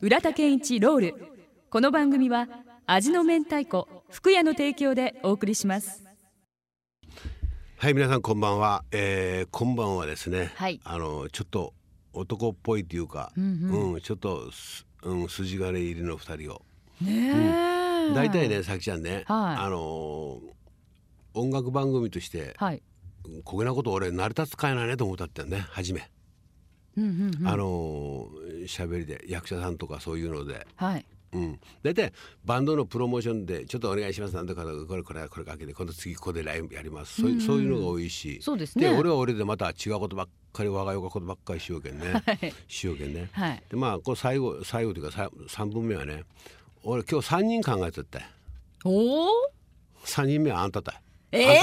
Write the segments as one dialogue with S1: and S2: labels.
S1: 浦田健一ロールこの番組は味の明太子福屋の提供でお送りします
S2: はい皆さんこんばんは、えー、こんばんはですね、
S1: はい
S2: あのちょっと男っぽいというか、うんちょっとす、うん、筋金入りの二人を
S1: ねえ
S2: 大体、ねさきちゃんね、
S1: はい
S2: あのー音楽番組として、
S1: はい
S2: こげなこと俺成り立つかいないねと思ったってんね初め、
S1: うんうんうん
S2: あのー喋りで役者さんとかそういうので、
S1: はい
S2: うん、大体バンドのプロモーションでちょっとお願いしますなんとかこれこれこれかけて今度次ここでライブやりますそう,、うそういうのが多いし
S1: そうですね
S2: で俺は俺でまた違うことばっかり我がよがことばっかりしようけんね、
S1: はい
S2: しようけんね、
S1: はい
S2: でまあこう最後最後というかさ三分目はね俺今日三人考えとって
S1: おお
S2: 三人目はあんただ
S1: え
S2: あん
S1: え
S2: た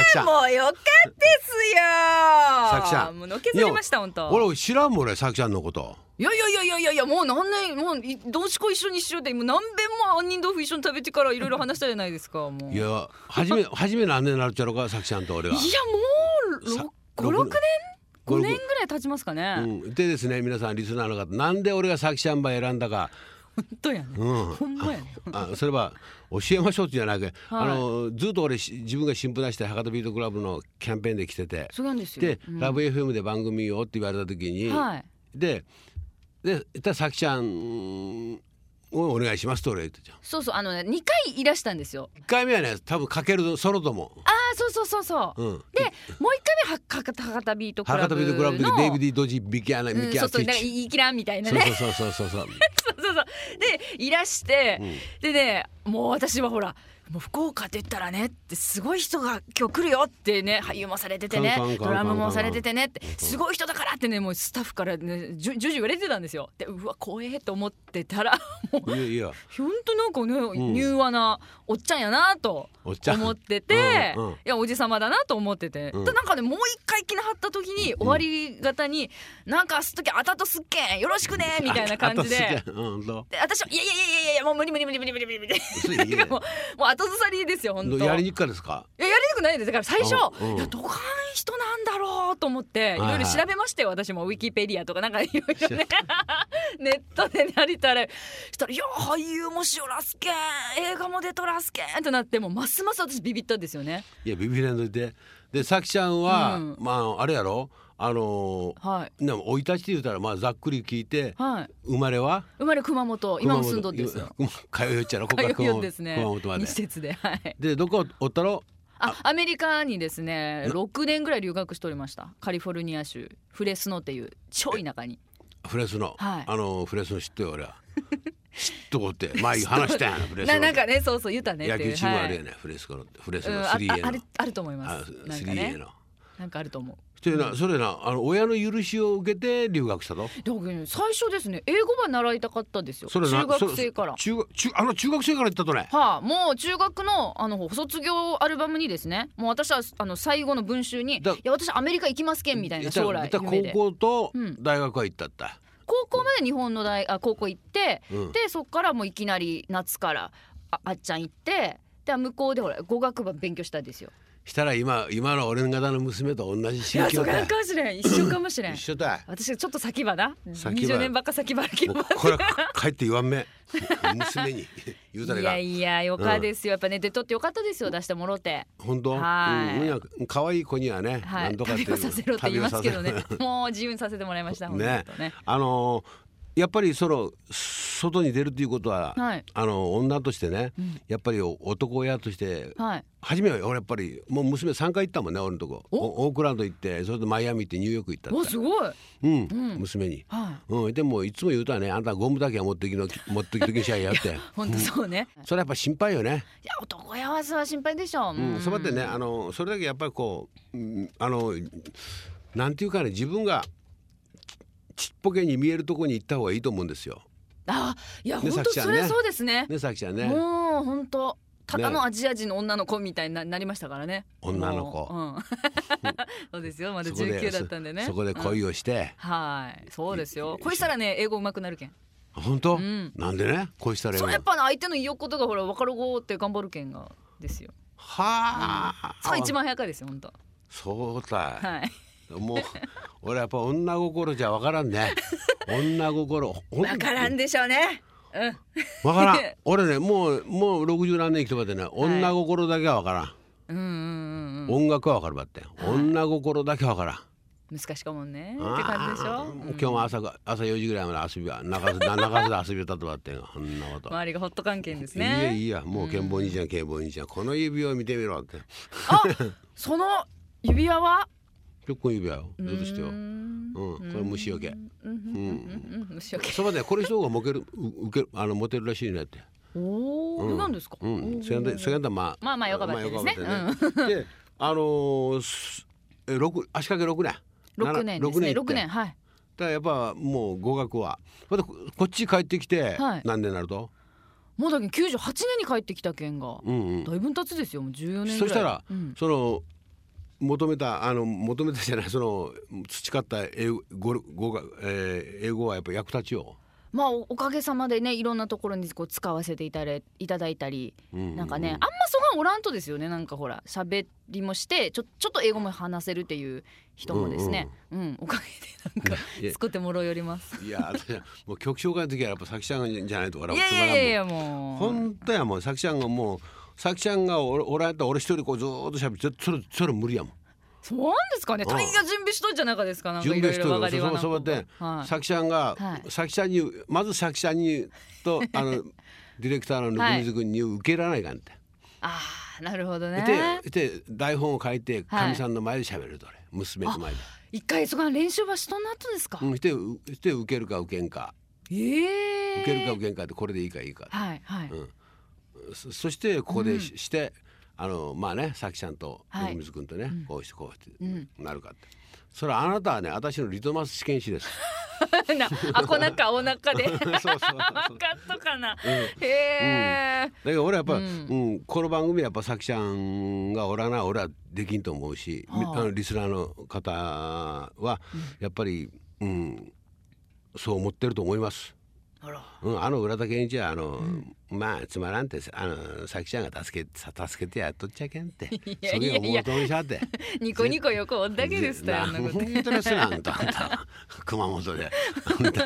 S2: さきちゃん
S1: もうよかったですよ
S2: さきちゃん
S1: もうのけぞりました本当
S2: 俺知らんもん俺さきちゃんのこと
S1: いやいやいやいやいやいやもう何年もういどうしこ一緒にしようってもう何遍も杏仁豆腐一緒に食べてからいろいろ話したじゃないですかもう
S2: いや初 め初め何年になるっちゃろうかさきちゃんと俺
S1: い
S2: は。
S1: や
S2: さ
S1: もう56年
S2: ご
S1: 5
S2: ろく
S1: 年ぐらい経ちますかね、
S2: う
S1: 本
S2: ん、でですね皆さんリスナーの方なんで俺がさきちゃんば選んだか、
S1: 当やね、
S2: うん、
S1: ほんまやね
S2: あそれは教えましょうってじゃなく、あ
S1: はい
S2: のずっと俺し自分が新聞出して博多ビートクラブのキャンペーンで来てて
S1: そうなんですよ
S2: で、
S1: うん
S2: ラブ f m で番組をって言われた時に、
S1: はい
S2: ででたさきちゃんをお願いしますと俺言ってじゃん
S1: そうそうあのね2回いらしたんですよ
S2: 1回目はね多分かけるソロとも、
S1: ああそうそうそうそう、
S2: うん、
S1: でもう一回目は博多博多ビートクラ
S2: 博多
S1: ブの
S2: ビートクラブの時デイビディ・ドジビキアナ
S1: う
S2: ミ
S1: ん、
S2: キ
S1: そ
S2: ア
S1: うそうなんか
S2: チ
S1: 言い切らんみたいな
S2: そう
S1: ね
S2: そうそうそうそうそう
S1: そうそうそうでいらして、
S2: ん
S1: でねもう私はほらもう福岡って言ったらねってすごい人が今日来るよってね俳優もされててね
S2: カンカンカンカン
S1: ドラムもされててねってすごい人だからってねもうスタッフからねじゅじゅじ言われてたんですよでうわ怖えと思ってたらも
S2: い
S1: う
S2: やいや
S1: 本当なんかね、
S2: ん
S1: 柔和なおっちゃんやなと
S2: おっちゃん
S1: 思ってて、
S2: うんうん
S1: いやおじさまだなと思ってて、
S2: うん
S1: でなんかねもう一回来なはった時に、終わり方に「なんかすっときあたとすっけんよろしくね」 みたいな感じ
S2: ああ。と
S1: で
S2: すげえうんそう
S1: で私はいやいやいやいやいやもう無理無理無理無理無理無理無理
S2: そう いいね
S1: もうもう後ずさりですよ本当
S2: やりにくかですか
S1: いややりにくくないですだから最初
S2: あうん
S1: いやどかん人なんだろうと思ってい
S2: いはい
S1: ろいろ調べましたよ私もウィキペディアとかなんかいろい ろねネットでなりたらしたら「いや俳優もしよらすけん映画も出とらすけん」ってなってもうますます私ビビったんですよね
S2: いやビビらんといてでさきちゃんは、
S1: うん
S2: まああれやろあのー
S1: はい
S2: でも生い立ちで言うたらまあざっくり聞いて、
S1: はい
S2: 生まれは
S1: 生まれ熊本今も住んどってですよ
S2: 熊本通いよっちゃろここか
S1: 通
S2: ら
S1: う
S2: 熊
S1: よう
S2: 本
S1: ですね
S2: 熊本まで
S1: 二施設ではい
S2: でどこおったろ
S1: あアメリカにですね6年ぐらい留学しておりましたカリフォルニア州フレスノっていう超田舎に
S2: フレスの、
S1: はい
S2: あのーフレスの知ってよ俺 は知っとこうって前話したやんフレス
S1: な
S2: の
S1: なんかねそうそう言ったね
S2: 野
S1: っていう
S2: 球チームあるよ
S1: はい
S2: ね、フレスコのフレス
S1: うん
S2: の
S1: ああ
S2: 3A
S1: あ
S2: の
S1: るあると思いま
S2: あ
S1: すなんか
S2: 3A
S1: ね
S2: の
S1: なんかあると思う
S2: それなそれなあの親の許しを受けて留学したと
S1: だけどね最初ですね英語ば習いたかったんですよ
S2: それな
S1: 中学生から
S2: それ中学中あの中学生から行ったとね
S1: はあ、もう中学のあの卒業アルバムにですねもう私はあの最後の文集に「い
S2: だ
S1: や私アメリカ行きますけん」みたいな将来
S2: いた
S1: 夢で
S2: 高校と
S1: うん
S2: 大学は行ったった、
S1: 高校まで日本の大あ高校行って、
S2: うん
S1: でそっからもういきなり夏からああっちゃん行ってで向こうでほら語学ば勉強したんですよ。
S2: したら今今の俺の方の娘と同じ
S1: い
S2: 心
S1: やそ
S2: 境
S1: う
S2: だ
S1: かもしれん一緒かもしれん
S2: 一緒だ
S1: 私ちょっと先ばな
S2: 先ば
S1: 20年ばっか先ばらき
S2: もうこれは帰って言わんめ娘に言うたれ
S1: い
S2: が
S1: やいやよかですよ、やっぱね出とってよかったですよ出してもろて
S2: 本当
S1: はい
S2: うんいや可愛い子にはね、
S1: は
S2: ないんとか
S1: 旅をさせろって言いますけどね
S2: 旅をさ
S1: もう自由にさせてもらいまし
S2: せ
S1: た
S2: ろ
S1: 本当
S2: ね
S1: ね
S2: あのーやっぱりその外に出るということは、
S1: はい
S2: あの女としてね、
S1: うん
S2: やっぱり男親として
S1: はい
S2: 初めは俺やっぱりもう娘3回行ったもんね俺のとこ
S1: お
S2: おオークランド行ってそれとマイアミ行ってニューヨーク行った
S1: お
S2: って
S1: すごいはい
S2: うん、
S1: ん
S2: 娘に。うん、でもいつも言うとはねあんたゴムだけは持ってきの持ってきときにしゃいや って
S1: 本当そうね、い
S2: それやっぱ心配よね、
S1: や男やわすは心配でしょ、う
S2: うん
S1: ん
S2: そばってねあのそれだけやっぱりこう、うんあのなんていうかね自分がちちっぽけに見えるところに行った方がいいと思うんですよ
S1: あいや
S2: ね
S1: 本
S2: さ
S1: 当
S2: きちゃん
S1: そ
S2: ね
S1: れそうですね
S2: ねさきちゃんね
S1: もう本当ただのアジア人の女の子みたいにななりましたからね
S2: 女の子
S1: もううん そうですよまだ
S2: そこで
S1: 19だったんでね
S2: そそこで
S1: うん
S2: 恋をして、
S1: はいそうですよ恋したらね英語上手くなるけん
S2: 本当、
S1: ん
S2: なんでね恋したらいい
S1: そ
S2: の
S1: れやっぱな相手の言いよっことがほら分かる語って頑張るけんがですよ
S2: はあ、
S1: それが一番早かですよ本当
S2: そうだ、
S1: はい
S2: もう俺やっぱ女心じゃわからん ね女心ほん
S1: わからんでしょうねうん
S2: わから ん俺ねもうもう60何年生きてばってね女心だけはわからん、
S1: うんうんうん
S2: 音楽はわかるばって女心だけはわからん
S1: うん難しかもんねって
S2: あー
S1: 感じでしょ、
S2: もう
S1: うん
S2: 今日も朝が朝4時ぐらいまで遊びは中洲中洲で遊びたとばってん こんなこと、
S1: 周りがホット関係です
S2: いいやい
S1: ね
S2: いやもう健忘兄ちゃん健忘兄ちゃんこの指を見てみろって
S1: あその指輪は
S2: 結婚指輪よずっとしてよ
S1: うーん
S2: うんこれ虫除け
S1: うんうんうんうん虫除け
S2: そばでこれしようがモケるう受けるあのモテるらしいねって
S1: おお、
S2: うん
S1: なんですか、
S2: うん、それで、それで、まあ。
S1: まあまあよかばってですね
S2: まあよかばってねで、あのーす、え、六、足掛け六年。
S1: 六年で
S2: 行っ
S1: すね
S2: て
S1: 六年はい
S2: だからやっぱもう語学はまたここっち帰ってきて
S1: はい
S2: 何年になると、
S1: もうだけん九十八年に帰ってきた件が、
S2: うんうん
S1: だいぶん経つですよもう十四年ぐらい
S2: そしたら、
S1: うん
S2: その求めたあの求めたじゃないその培った英語語語学、えー英語はやっぱ役立ちよ
S1: まあおおかげさまでねいろんなところにこう使わせていたれいただいたり、
S2: う、うう
S1: なんかねあんまそがんおらんとですよねなんかほら喋りもしてちょちょっと英語も話せるっていう人もですねうん、おかげでなんか
S2: いや
S1: 作ってもろよります
S2: いや 私はもう曲紹介の時はやっぱさきちゃんじゃないと俺
S1: い
S2: は
S1: やい
S2: つまらんもん
S1: やいやいやもう
S2: 本当やもうさきちゃんがもうさきちゃんがおおらやったら俺一人こうずーっとしゃべってそれそれ無理やもん
S1: そうなんですかね
S2: うん
S1: 大河準備しといじゃなかですかなんか
S2: 準
S1: い
S2: 備
S1: ろい
S2: し
S1: ろ
S2: と
S1: わ
S2: る
S1: かりは
S2: そ
S1: な
S2: そそうやって
S1: はい
S2: さきちゃんが
S1: はい
S2: さきちゃんにまずさきちゃんに とあのディレクターのぬくみずくんに受けられないかんって、
S1: ああなるほどね
S2: でで台本を書いて
S1: はい
S2: かみさんの前でしゃべると俺娘の前で。
S1: 一回そこは練習はしとんなったんですか、
S2: うん、してうして受けるか受けんか
S1: ええ
S2: 受けるか受けんかってこれでいいかいいか
S1: はいはい、
S2: うんそそしてここでし,、てあのまあねさきちゃんと
S1: はい
S2: 水君とね、こうしてこうして、
S1: うん
S2: なるかってそれあなたはね私のリトマス試験紙です
S1: なあこなかお腹で分 か
S2: そうそうそう
S1: っとかな、へえ、
S2: だけど俺はやっぱ、
S1: う
S2: うんんこの番組はやっぱさきちゃんがおらな俺はできんと思うし、み
S1: は
S2: あ
S1: あ
S2: のリスナーの方はやっぱり、うん、そう思ってると思います。
S1: あら
S2: うん、あの浦田健一はあの、まあつまらんってあのさきちゃんが助けさ助けてやっとっちゃけんって
S1: や
S2: そ
S1: いやいや
S2: れが思うとおりしゃって。
S1: ニコニコ横おだけですとやんなこと
S2: 本当ですねあん たあんた熊本でだ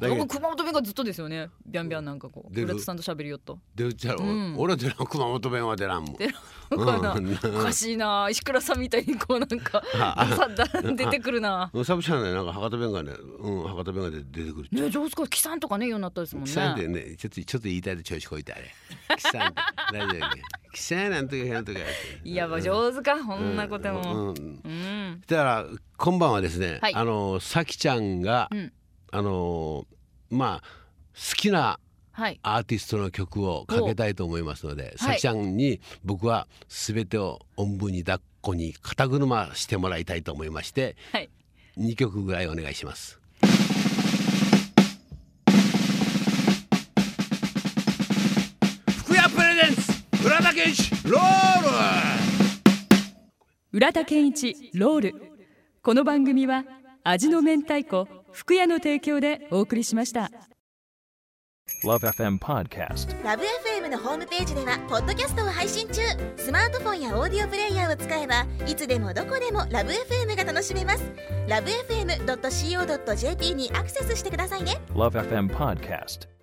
S2: けど
S1: 僕熊本弁がずっとですよねビャンビャンなんかこう
S2: 出る
S1: 浦田さんと喋るよっと
S2: 出るっちゃろ、
S1: うん
S2: 俺は出らん熊本弁は出らんもん
S1: 出る
S2: うん
S1: かな、おかしいな石倉さんみたいにこうなんかさだ出てくるな
S2: うんサブちゃんねなんか博多弁がね、うん、博多弁が出出てくる
S1: ね上手かキさんとかね言うようになったですもんね
S2: キサンってねちょっとちょっと言いたいで調子こいて あれキサンって大丈夫ねキサンなんとかなんとかやって
S1: いやば上手かこんなこと
S2: う
S1: も
S2: んうん
S1: うん
S2: だから今晩はですね、
S1: はい
S2: あのさきちゃんが、
S1: うん
S2: あのまあ好きな
S1: はい
S2: アーティストの曲をかけたいと思いますので、
S1: はい
S2: さきちゃんに僕は全てをおんぶに抱っこに肩車してもらいたいと思いまして、
S1: はい
S2: 2曲ぐらいお願いします。福屋プレゼンツ浦田健一ロール
S3: 浦田健一ロールこの番組は味の明太子福屋の提供でお送りしました。
S4: Love FM Podcast.
S5: ラブ f m のホームページではポッドキャストを配信中スマートフォンやオーディオプレイヤーを使えばいつでもどこでもラブ f m が楽しめますラブ FM.co.jp にアクセスしてくださいね
S4: Love FM Podcast.